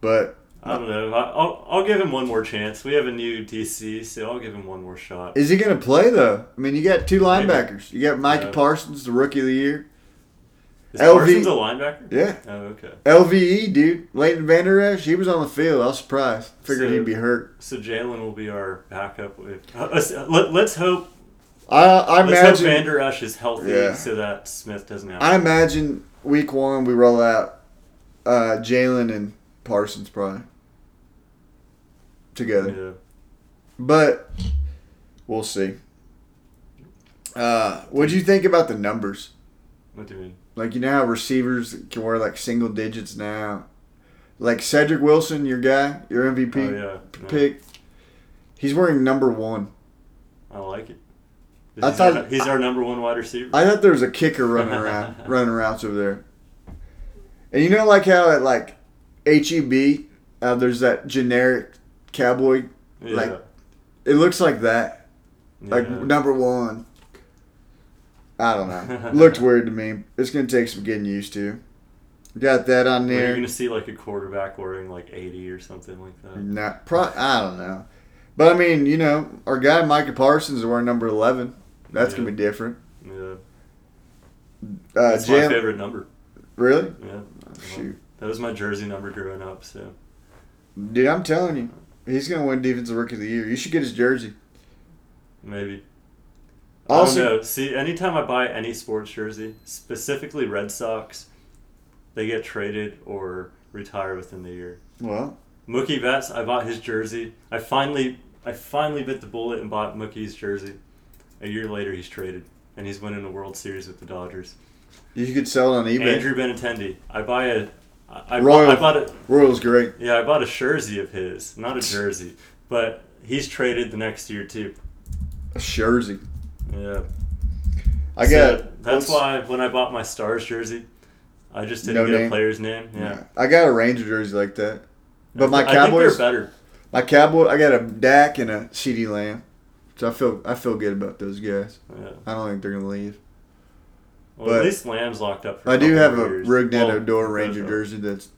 Speaker 1: But
Speaker 2: I don't know. I- I'll I'll give him one more chance. We have a new DC, so I'll give him one more shot.
Speaker 1: Is he going to play though? I mean, you got two linebackers. You got Micah
Speaker 2: Yeah.
Speaker 1: Parsons, the rookie of the year.
Speaker 2: Is
Speaker 1: LV
Speaker 2: Parsons a linebacker?
Speaker 1: Yeah,
Speaker 2: Oh, okay.
Speaker 1: LVE E, dude, Leighton Vander Esch. He was on the field. I was surprised. Figured
Speaker 2: So-
Speaker 1: he'd be hurt.
Speaker 2: So Jalen will be our backup. If, uh, let's- let, let's hope.
Speaker 1: I I
Speaker 2: Let's hope
Speaker 1: imagine.
Speaker 2: Vander Esch is healthy,
Speaker 1: Yeah.
Speaker 2: so that Smith doesn't have.
Speaker 1: I imagine week one we roll out uh, Jalen and Parsons probably together,
Speaker 2: yeah.
Speaker 1: but we'll see. Uh, what do you think about the numbers?
Speaker 2: What do you mean?
Speaker 1: Like you know how receivers can wear like single digits now. Like Cedric Wilson, your guy, your MVP
Speaker 2: Oh yeah,
Speaker 1: p-
Speaker 2: no,
Speaker 1: pick, he's wearing number one.
Speaker 2: I like it.
Speaker 1: I
Speaker 2: He's, our-
Speaker 1: thought-
Speaker 2: he's our number one wide receiver.
Speaker 1: I thought there was a kicker running around, running routes over there. And you know, like how at like HEB, uh, there's that generic cowboy.
Speaker 2: yeah.
Speaker 1: like, It looks like that, like
Speaker 2: yeah.
Speaker 1: number one. I don't know. Looked weird to me. It's gonna take some getting used to. Got that on
Speaker 2: Were you
Speaker 1: there.
Speaker 2: gonna see like a quarterback wearing like eighty or something like that.
Speaker 1: Not pro. I don't know, but I mean, you know, our guy Micah Parsons is wearing number eleven. That's gonna be different.
Speaker 2: Yeah,
Speaker 1: Uh,
Speaker 2: that's my
Speaker 1: Jalen,
Speaker 2: favorite number.
Speaker 1: really?
Speaker 2: Yeah,
Speaker 1: Shoot,
Speaker 2: that was my jersey number growing up. So
Speaker 1: dude, I'm telling you, he's gonna win defensive rookie of the year. You should get his jersey.
Speaker 2: maybe. I
Speaker 1: Also,
Speaker 2: don't know. See, anytime I buy any sports jersey, specifically Red Sox, they get traded or retire within the year.
Speaker 1: well,
Speaker 2: Mookie Betts, I bought his jersey. I finally, I finally bit the bullet and bought Mookie's jersey. A year later, he's traded and he's winning the World Series with the Dodgers.
Speaker 1: you could sell it on eBay.
Speaker 2: Andrew Benintendi, I buy a, I, I,
Speaker 1: Royal.
Speaker 2: bought, I bought a,
Speaker 1: Royals great.
Speaker 2: yeah, I bought a jersey of his, not a jersey, but he's traded the next year too.
Speaker 1: A jersey.
Speaker 2: Yeah.
Speaker 1: I
Speaker 2: So
Speaker 1: got.
Speaker 2: That's
Speaker 1: let's-
Speaker 2: why when I bought my Stars jersey, I just didn't
Speaker 1: No
Speaker 2: get
Speaker 1: name?
Speaker 2: a player's name. Yeah.
Speaker 1: yeah, I got a Ranger jersey like that. But my
Speaker 2: I think they're
Speaker 1: Cowboys,
Speaker 2: better.
Speaker 1: my Cowboy, I got a Dak and a CD Lamb. So I feel I feel good about those guys.
Speaker 2: Yeah.
Speaker 1: I don't think they're gonna leave.
Speaker 2: Well,
Speaker 1: But-
Speaker 2: at least Lamb's locked up for.
Speaker 1: I do
Speaker 2: couple
Speaker 1: have a
Speaker 2: years.
Speaker 1: Rugnet
Speaker 2: Well,
Speaker 1: Odor Ranger
Speaker 2: uh,
Speaker 1: jersey that's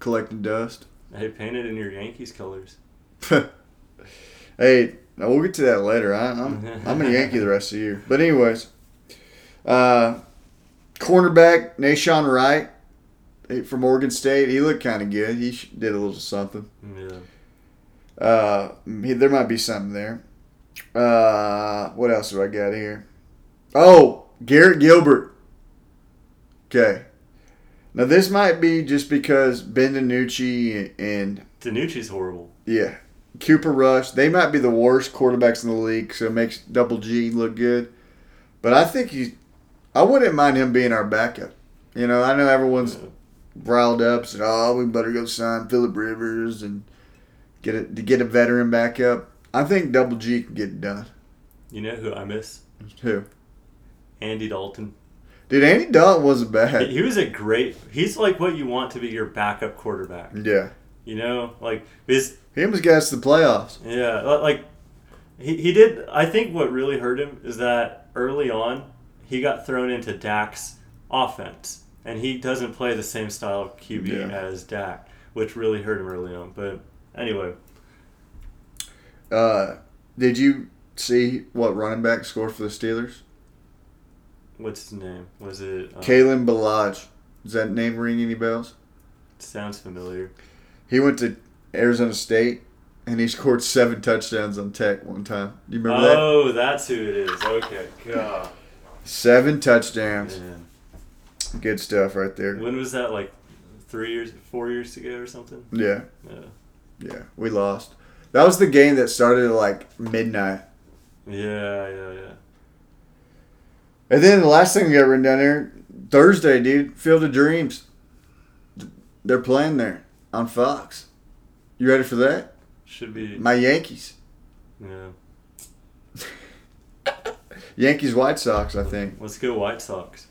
Speaker 1: collecting dust.
Speaker 2: Hey, paint it in your Yankees colors.
Speaker 1: hey, now we'll get to that later. I, I'm I'm a Yankee the rest of the year. But anyways, uh, cornerback Nashawn Wright eh, from Oregon State. He looked kind of good. He sh- did a little something.
Speaker 2: Yeah.
Speaker 1: Uh, he, there might be something there. Uh, what else do I got here? Oh, Garrett Gilbert. Okay. Now this might be just because Ben DiNucci and, and
Speaker 2: Danucci's horrible.
Speaker 1: yeah. Cooper Rush, they might be the worst quarterbacks in the league, so it makes Double G look good. But I think he's, I wouldn't mind him being our backup. You know, I know everyone's
Speaker 2: Yeah.
Speaker 1: riled up, said, "Oh, we better go sign Philip Rivers and get a to get a veteran backup." I think Double G can get it done.
Speaker 2: You know who I miss?
Speaker 1: Who?
Speaker 2: Andy Dalton.
Speaker 1: Dude, Andy Dalton wasn't
Speaker 2: He,
Speaker 1: bad.
Speaker 2: he was a great. He's like what you want to be your backup quarterback.
Speaker 1: Yeah,
Speaker 2: You know, like his
Speaker 1: he almost got us to the playoffs.
Speaker 2: Yeah, li- like he, he did. I think what really hurt him is that early on he got thrown into Dak's offense, and he doesn't play the same style of QB
Speaker 1: Yeah.
Speaker 2: as Dak, which really hurt him early on. But anyway,
Speaker 1: Uh, did you see what running back scored for the Steelers?
Speaker 2: what's his name? Was it um,
Speaker 1: Kalen Balaj. Does that name ring any bells?
Speaker 2: Sounds familiar.
Speaker 1: He went to Arizona State and he scored seven touchdowns on Tech one time. You remember that?
Speaker 2: oh, that's who it is. Okay. God.
Speaker 1: Seven touchdowns.
Speaker 2: Man.
Speaker 1: Good stuff right there.
Speaker 2: When was that? Like three years, four years ago or something?
Speaker 1: Yeah,
Speaker 2: Yeah.
Speaker 1: yeah. We lost. That was the game that started at like midnight.
Speaker 2: Yeah, yeah, yeah.
Speaker 1: And then the last thing we got written down here Thursday, dude, Field of Dreams. They're playing there on Fox. You ready for that?
Speaker 2: Should be.
Speaker 1: My Yankees.
Speaker 2: yeah.
Speaker 1: Yankees White Sox, I think.
Speaker 2: Let's go White Sox.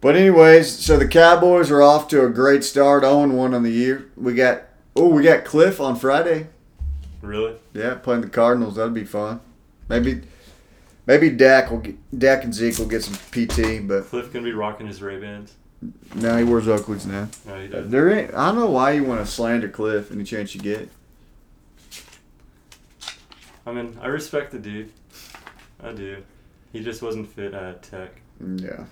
Speaker 1: But anyways, so the Cowboys are off to a great start, 0 1 on the year. We got oh, we got Cliff on Friday.
Speaker 2: Really?
Speaker 1: Yeah, playing the Cardinals. That'd be fun. Maybe maybe Dak will get, Dak and Zeke will get some PT, but
Speaker 2: Cliff gonna be rocking his Ray Bans.
Speaker 1: no, he wears Oakley's now.
Speaker 2: No, he does.
Speaker 1: There ain't, I don't know why you want to slander Cliff any chance you get.
Speaker 2: I mean, I respect the dude. I do. He just wasn't fit at Tech.
Speaker 1: Mm, Yeah.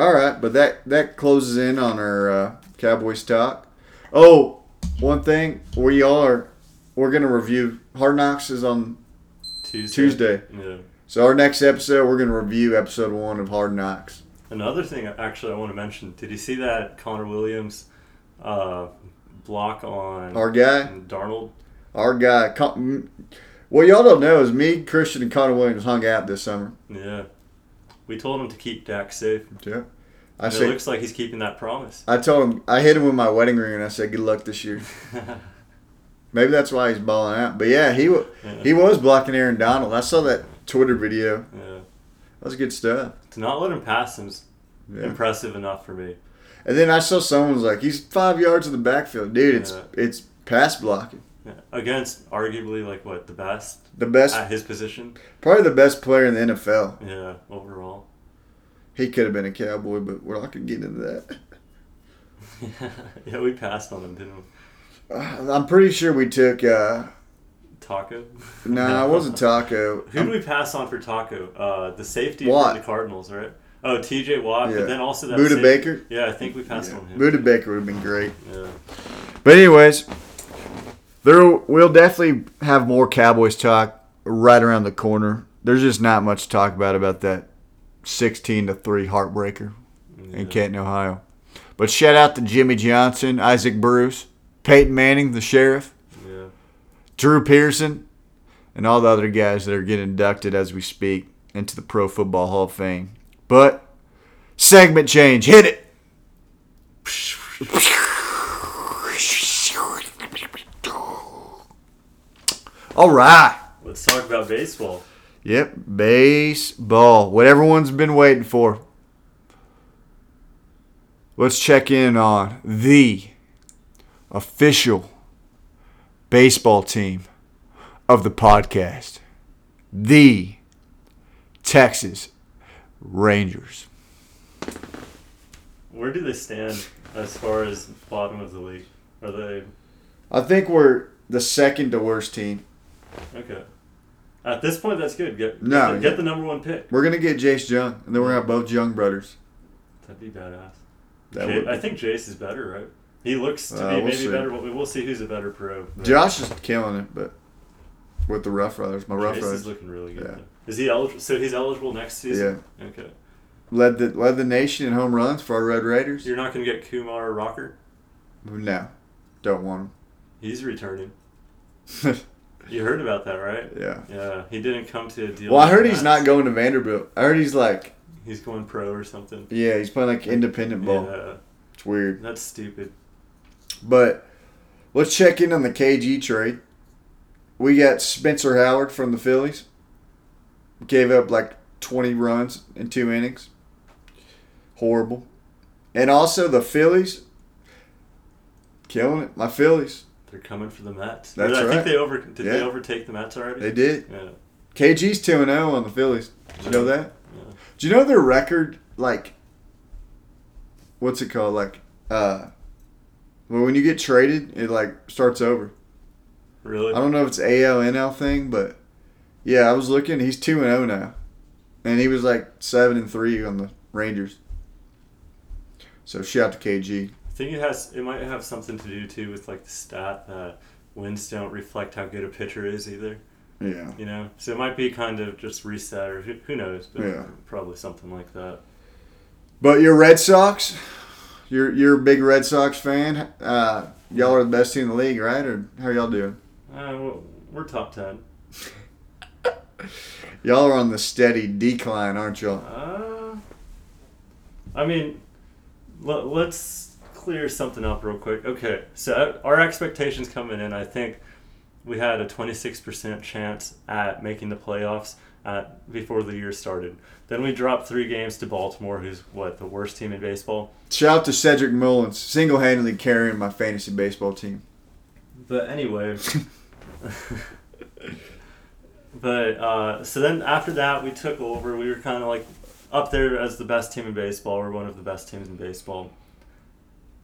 Speaker 1: All right, but that that closes in on our uh, Cowboys talk. Oh, one thing we are we're gonna review Hard Knocks is on
Speaker 2: Tuesday.
Speaker 1: Tuesday.
Speaker 2: Yeah.
Speaker 1: So our next episode, we're gonna review episode one of Hard Knocks.
Speaker 2: Another thing, actually, I want to mention. Did you see that Connor Williams uh, block on
Speaker 1: Our guy,
Speaker 2: Darnold?
Speaker 1: our guy. Con- what y'all don't know is me, Christian, and Connor Williams hung out this summer.
Speaker 2: Yeah. We told him to keep Dak safe.
Speaker 1: Yeah, I
Speaker 2: And it
Speaker 1: said,
Speaker 2: looks like he's keeping that promise.
Speaker 1: I told him, I hit him with my wedding ring, and I said, "Good luck this year." Maybe that's why he's balling out. But yeah, he wa
Speaker 2: Yeah.
Speaker 1: he was blocking Aaron Donald. I saw that Twitter video.
Speaker 2: yeah.
Speaker 1: That was good stuff.
Speaker 2: To not let him pass him's
Speaker 1: Yeah.
Speaker 2: impressive enough for me.
Speaker 1: And then I saw someone was like, "He's five yards in the backfield, dude. It's
Speaker 2: Yeah.
Speaker 1: it's pass blocking."
Speaker 2: Yeah. Against arguably like what the best
Speaker 1: The best,
Speaker 2: at his position.
Speaker 1: probably the best player in the NFL.
Speaker 2: Yeah, overall.
Speaker 1: He could have been a cowboy, but we're not gonna get into that.
Speaker 2: yeah, we passed on him, didn't we?
Speaker 1: Uh, I'm pretty sure we took. uh
Speaker 2: Taco.
Speaker 1: No, nah, it wasn't Taco.
Speaker 2: Who did we pass on for Taco? Uh, the safety
Speaker 1: Watt.
Speaker 2: from the Cardinals, right? Oh, T.J. Watt,
Speaker 1: Yeah.
Speaker 2: but then also that
Speaker 1: Buda
Speaker 2: saf-
Speaker 1: Baker?
Speaker 2: Yeah, I think we passed
Speaker 1: Yeah.
Speaker 2: on him.
Speaker 1: Buda Baker would have been great.
Speaker 2: Yeah.
Speaker 1: But anyways, there we'll definitely have more Cowboys talk right around the corner. There's just not much to talk about about that 16 to three heartbreaker
Speaker 2: yeah.
Speaker 1: in Canton, Ohio. But shout out to Jimmy Johnson, Isaac Bruce, Peyton Manning, the sheriff.
Speaker 2: Yeah.
Speaker 1: Drew Pearson, and all the other guys that are getting inducted as we speak into the Pro Football Hall of Fame. But segment change, hit it. All right.
Speaker 2: Let's talk about baseball.
Speaker 1: Yep, baseball. What everyone's been waiting for. Let's check in on the official baseball team of the podcast, the Texas Rangers.
Speaker 2: Where do they stand as far as bottom of the league? Are they
Speaker 1: I think we're the second to worst team.
Speaker 2: okay? At this point, that's good. Get
Speaker 1: No,
Speaker 2: get, the,
Speaker 1: yeah.
Speaker 2: get the number one pick.
Speaker 1: We're gonna get Jace Jung, and then we're gonna have both Young brothers.
Speaker 2: That'd be badass.
Speaker 1: That
Speaker 2: Ja-
Speaker 1: would
Speaker 2: I think Jace is better, right? He looks to
Speaker 1: Uh,
Speaker 2: be
Speaker 1: we'll
Speaker 2: maybe
Speaker 1: see.
Speaker 2: better. But we'll see who's a better pro. but
Speaker 1: Josh is killing it, but with the Rough Riders, my Rough
Speaker 2: Jace
Speaker 1: Riders.
Speaker 2: is looking really good.
Speaker 1: Yeah.
Speaker 2: though. Is he eligible? So he's eligible next season. Yeah. Okay.
Speaker 1: led the led the nation in home runs for our Red Raiders.
Speaker 2: You're not gonna get Kumar or Rocker.
Speaker 1: No, don't want
Speaker 2: He's returning.
Speaker 1: him.
Speaker 2: You heard about that, right?
Speaker 1: yeah.
Speaker 2: Yeah. He didn't come to a deal.
Speaker 1: Well, I
Speaker 2: with
Speaker 1: heard
Speaker 2: the
Speaker 1: he's not
Speaker 2: Nats.
Speaker 1: going to Vanderbilt. I heard he's like,
Speaker 2: He's going pro or something.
Speaker 1: yeah, he's playing like independent ball.
Speaker 2: Yeah.
Speaker 1: It's weird.
Speaker 2: That's stupid.
Speaker 1: But let's check in on the KG trade. We got Spencer Howard from the Phillies. Gave up like 20 runs in two innings. Horrible. And also the Phillies. Killing it. My Phillies.
Speaker 2: They're coming for the Mets.
Speaker 1: That's
Speaker 2: I
Speaker 1: right.
Speaker 2: think they over did they
Speaker 1: Yeah.
Speaker 2: overtake the Mets already?
Speaker 1: They did.
Speaker 2: Yeah.
Speaker 1: KG's 2 and 0 on the Phillies. Did you know that?
Speaker 2: Yeah.
Speaker 1: Do you know their record like what's it called? Like uh well when you get traded it like starts over.
Speaker 2: Really?
Speaker 1: I don't know if it's AL NL thing, but yeah, I was looking, he's two and oh now. And he was like seven and three on the Rangers. So shout out to KG.
Speaker 2: I think it has it might have something to do too with like the stat that wins don't reflect how good a pitcher is either.
Speaker 1: Yeah.
Speaker 2: You know, so it might be kind of just reset or who, who knows, but
Speaker 1: Yeah.
Speaker 2: probably something like that.
Speaker 1: But your Red Sox, you're you're a big Red Sox fan. Uh, y'all are the best team in the league, right? Or how y'all doing?
Speaker 2: Uh, well, we're top ten.
Speaker 1: Y'all are on the steady decline, aren't y'all?
Speaker 2: Uh, I mean, l- let's clear something up real quick. Okay, so uh, our expectations coming in, I think we had a 26% chance at making the playoffs at, before the year started. Then we dropped three games to Baltimore, who's what, the worst team in baseball?
Speaker 1: Shout out to Cedric Mullins, single handedly carrying my fantasy baseball team.
Speaker 2: But anyway. but uh, so then after that, we took over. We were kind of like up there as the best team in baseball. We're one of the best teams in baseball.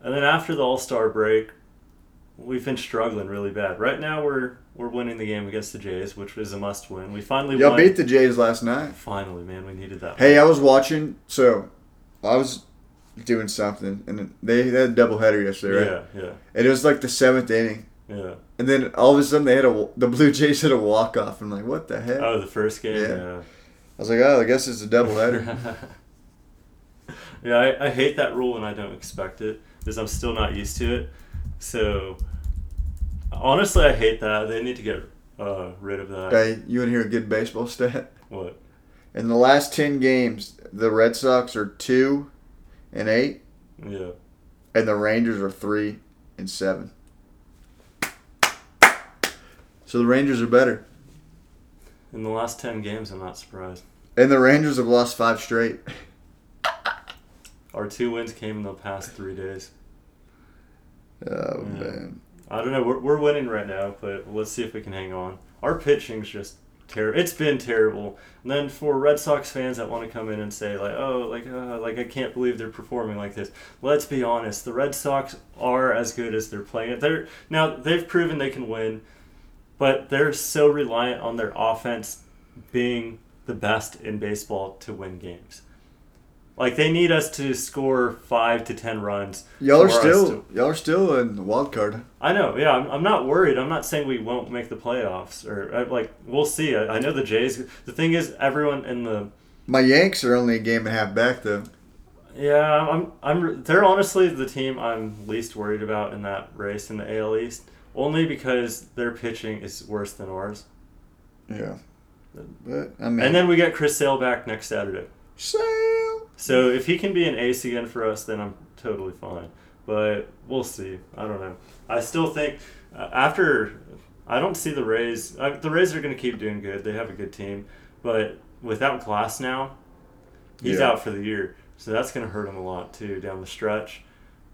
Speaker 2: And then after the All Star break, we've been struggling really bad. Right now, we're we're winning the game against the Jays, which is a must win. We finally
Speaker 1: Y'all
Speaker 2: won.
Speaker 1: beat the Jays last night.
Speaker 2: finally, man, we needed that.
Speaker 1: Hey, I was watching. So, I was doing something, and they, they had a doubleheader yesterday, right?
Speaker 2: yeah, yeah,
Speaker 1: And it was like the seventh inning,
Speaker 2: yeah.
Speaker 1: and then all of a sudden they had a the Blue Jays had a walk off. I'm like, what the heck?
Speaker 2: Oh, the first game.
Speaker 1: Yeah.
Speaker 2: yeah.
Speaker 1: I was like, oh, I guess it's a doubleheader.
Speaker 2: yeah, I, I hate that rule and I don't expect it because I'm still not used to it. So, honestly, I hate that. They need to get uh, rid of that.
Speaker 1: hey, you want to hear a good baseball stat?
Speaker 2: What?
Speaker 1: In the last ten games, the Red Sox are two and eight,
Speaker 2: Yeah.
Speaker 1: and the Rangers are three and seven. So the Rangers are better,
Speaker 2: In the last 10 games, I'm not surprised.
Speaker 1: and the Rangers have lost five straight.
Speaker 2: Our two wins came in the past three days.
Speaker 1: Oh
Speaker 2: Yeah.
Speaker 1: man,
Speaker 2: I don't know. We're, we're winning right now, but let's see if we can hang on. Our pitching's just terrible. It's been terrible. And then for Red Sox fans that want to come in and say like, oh, like, uh, like I can't believe they're performing like this. Let's be honest. The Red Sox are as good as they're playing. They're now they've proven they can win, but they're so reliant on their offense being the best in baseball to win games. Like they need us to score five to ten runs.
Speaker 1: y'all are
Speaker 2: for us
Speaker 1: still
Speaker 2: to-
Speaker 1: y'all are still in the wild card.
Speaker 2: I know, yeah. I'm, I'm not worried. I'm not saying we won't make the playoffs or I- like we'll see. I, I know the Jays. The thing is, everyone in the
Speaker 1: My Yanks are only a game and a half back though.
Speaker 2: yeah, I'm I'm they're honestly the team I'm least worried about in that race in the AL East, only because their pitching is worse than ours.
Speaker 1: Yeah, but I mean,
Speaker 2: And then we get Chris Sale back next Saturday.
Speaker 1: Sale.
Speaker 2: So if he can be an ace again for us, then I'm totally fine. But we'll see. I don't know. I still think uh, after I don't see the Rays. I, the Rays are going to keep doing good. They have a good team, but without Glass now, he's
Speaker 1: Yeah.
Speaker 2: out for the year. So that's going to hurt him a lot too down the stretch.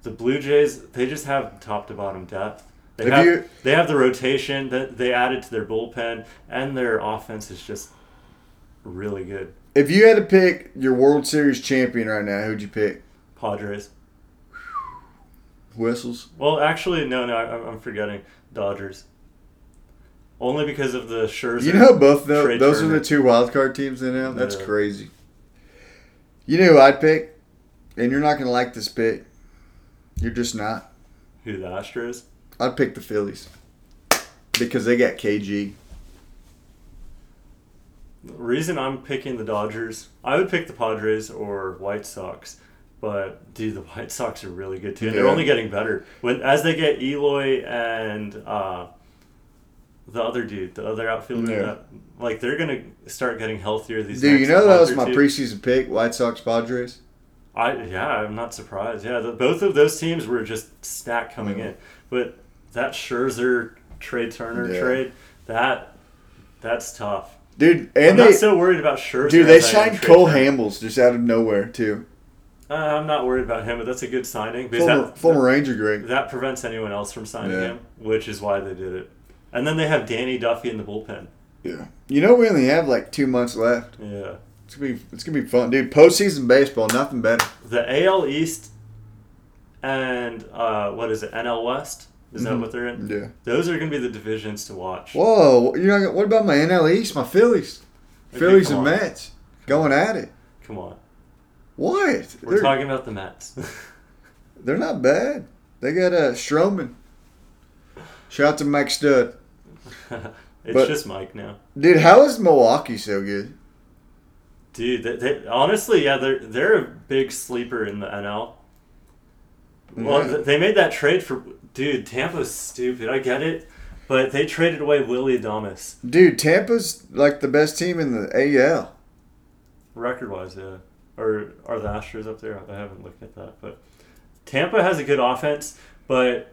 Speaker 2: The Blue Jays, they just have top to bottom depth. They
Speaker 1: Have
Speaker 2: have,
Speaker 1: you-
Speaker 2: they have the rotation that they added to their bullpen, and their offense is just really good.
Speaker 1: If you had to pick your World Series champion right now, who'd you pick?
Speaker 2: Padres.
Speaker 1: Whistles.
Speaker 2: Well, actually, no, no, I, I'm- I'm forgetting Dodgers. Only because of the Scherzer.
Speaker 1: You know both though.
Speaker 2: Trey
Speaker 1: those are
Speaker 2: Turner.
Speaker 1: the two wild card teams in now. That's
Speaker 2: Yeah.
Speaker 1: crazy. You know who I'd pick, and you're not gonna like this pick. You're just not.
Speaker 2: who the Astros.
Speaker 1: I'd pick the Phillies because they got KG.
Speaker 2: The reason I'm picking the Dodgers, I would pick the Padres or White Sox. But dude, the White Sox are really good too. And They're
Speaker 1: Yeah.
Speaker 2: only getting better when as they get Eloy and uh, the other dude, the other outfielder.
Speaker 1: Yeah.
Speaker 2: That, like they're gonna start getting healthier. These
Speaker 1: Dude, you
Speaker 2: next
Speaker 1: know that
Speaker 2: month
Speaker 1: was
Speaker 2: or
Speaker 1: my
Speaker 2: two.
Speaker 1: preseason pick: White Sox, Padres.
Speaker 2: I yeah, I'm not surprised. Yeah, the, both of those teams were just stacked coming in, but that Scherzer Trey Turner
Speaker 1: Yeah.
Speaker 2: trade that that's tough.
Speaker 1: Dude, and
Speaker 2: I'm
Speaker 1: they
Speaker 2: not so worried about Scherzer.
Speaker 1: dude they
Speaker 2: as I am
Speaker 1: signed
Speaker 2: Trey
Speaker 1: Cole
Speaker 2: Turner.
Speaker 1: Hamels just out of nowhere too.
Speaker 2: Uh, I'm not worried about him, but that's a good signing because
Speaker 1: Former,
Speaker 2: that,
Speaker 1: former Ranger, great.
Speaker 2: that prevents anyone else from signing
Speaker 1: Yeah.
Speaker 2: him, which is why they did it. And then they have Danny Duffy in the bullpen.
Speaker 1: Yeah. You know we only have like two months left.
Speaker 2: Yeah,
Speaker 1: It's gonna be it's gonna be fun, dude. Postseason baseball, nothing better.
Speaker 2: the AL East and uh, what is it? NL West is that
Speaker 1: Mhm.
Speaker 2: what they're in?
Speaker 1: Yeah.
Speaker 2: Those are going to be the divisions to watch.
Speaker 1: Whoa, you know what about my NL East? My Phillies,
Speaker 2: Okay,
Speaker 1: Phillies
Speaker 2: come
Speaker 1: and
Speaker 2: on.
Speaker 1: Mets going at it.
Speaker 2: Come on.
Speaker 1: What?
Speaker 2: We're
Speaker 1: They're-
Speaker 2: talking about the Mets.
Speaker 1: They're not bad. They got uh, Stroman. Shout out to Mike Stud.
Speaker 2: it's
Speaker 1: But-
Speaker 2: just Mike now,
Speaker 1: Dude, how is Milwaukee so good?
Speaker 2: dude. They, they, honestly, yeah, they're they're a big sleeper in the NL. Well,
Speaker 1: Yeah.
Speaker 2: th- they made that trade for dude. Tampa's stupid. I get it, but they traded away Willie Adamas.
Speaker 1: Dude, Tampa's like the best team in the AL.
Speaker 2: Record wise, yeah. Or are the Astros up there? I haven't looked at that, but Tampa has a good offense. But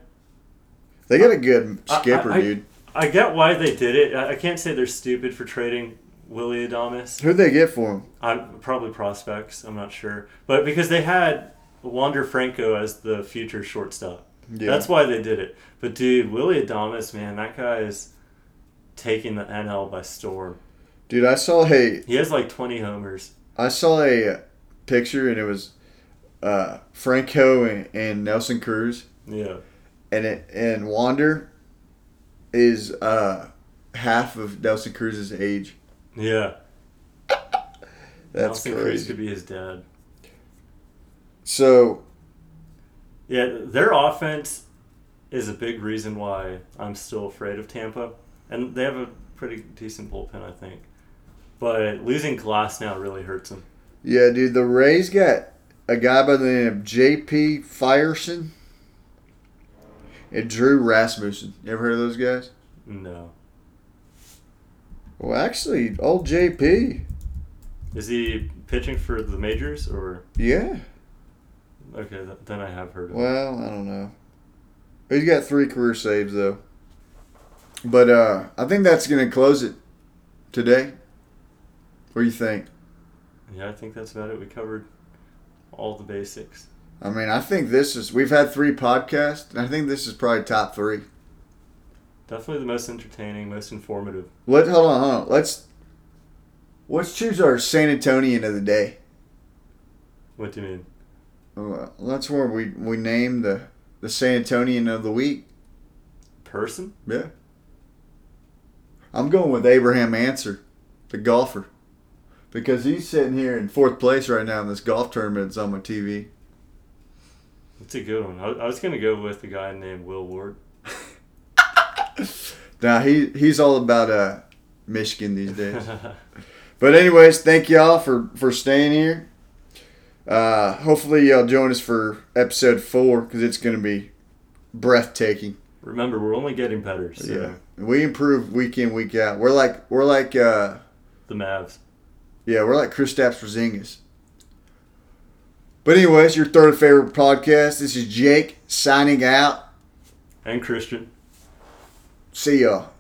Speaker 1: They got a good skipper,
Speaker 2: I- I-
Speaker 1: dude.
Speaker 2: I get why they did it. I, I can't say they're stupid for trading Willie Adamas.
Speaker 1: Who'd they get for him?
Speaker 2: I'm probably prospects. I'm not sure, but because they had Wander Franco as the future shortstop,
Speaker 1: Yeah.
Speaker 2: that's why they did it. But dude, Willie Adamas, man, that guy is taking the NL by storm.
Speaker 1: Dude, I saw a
Speaker 2: He has like 20 homers.
Speaker 1: I saw a picture and it was uh, Franco and, and Nelson Cruz
Speaker 2: Yeah,
Speaker 1: and it and Wander is uh, half of Nelson Cruz's age.
Speaker 2: yeah.
Speaker 1: That's
Speaker 2: Nelson Cruz
Speaker 1: crazy.
Speaker 2: could be his dad.
Speaker 1: So
Speaker 2: Yeah, their offense is a big reason why I'm still afraid of Tampa, and they have a pretty decent bullpen, I think. But losing Glass now really hurts them.
Speaker 1: yeah, dude, the Rays got a guy by the name of J.P. Fireson and Drew Rasmussen. You ever heard of those guys?
Speaker 2: No,
Speaker 1: Well, actually, old J.P.
Speaker 2: is he pitching for the majors or
Speaker 1: Yeah.
Speaker 2: okay? Th- then I have heard of. him.
Speaker 1: Well, I don't know. He's got three career saves though. But uh I think that's gonna close it today. What do you think?
Speaker 2: Yeah, I think that's about it. We covered all the basics.
Speaker 1: I mean, I think this is we've had three podcasts, and I think this is probably top three.
Speaker 2: Definitely the most entertaining, most informative.
Speaker 1: Let hold on, hold on. Let's let's choose our San Antonian of the day.
Speaker 2: What do you mean?
Speaker 1: Uh, That's where we we name the the San Antonian of the week.
Speaker 2: Person?
Speaker 1: Yeah. I'm going with Abraham Answer, the golfer. Because he's sitting here in fourth place right now in this golf tournament that's on my TV.
Speaker 2: That's a good one. I, I was gonna go with a guy named Will Ward.
Speaker 1: Now he he's all about uh Michigan these days. but anyways, thank y'all for for staying here. Uh, hopefully y'all join us for episode four because it's gonna be breathtaking.
Speaker 2: Remember, we're only getting better. So
Speaker 1: we improve week in week out. We're like we're like uh,
Speaker 2: The Mavs.
Speaker 1: Yeah, we're like Kristaps Porzingis. But anyways, your third favorite podcast. This is Jake signing out.
Speaker 2: and Christian.
Speaker 1: See y'all.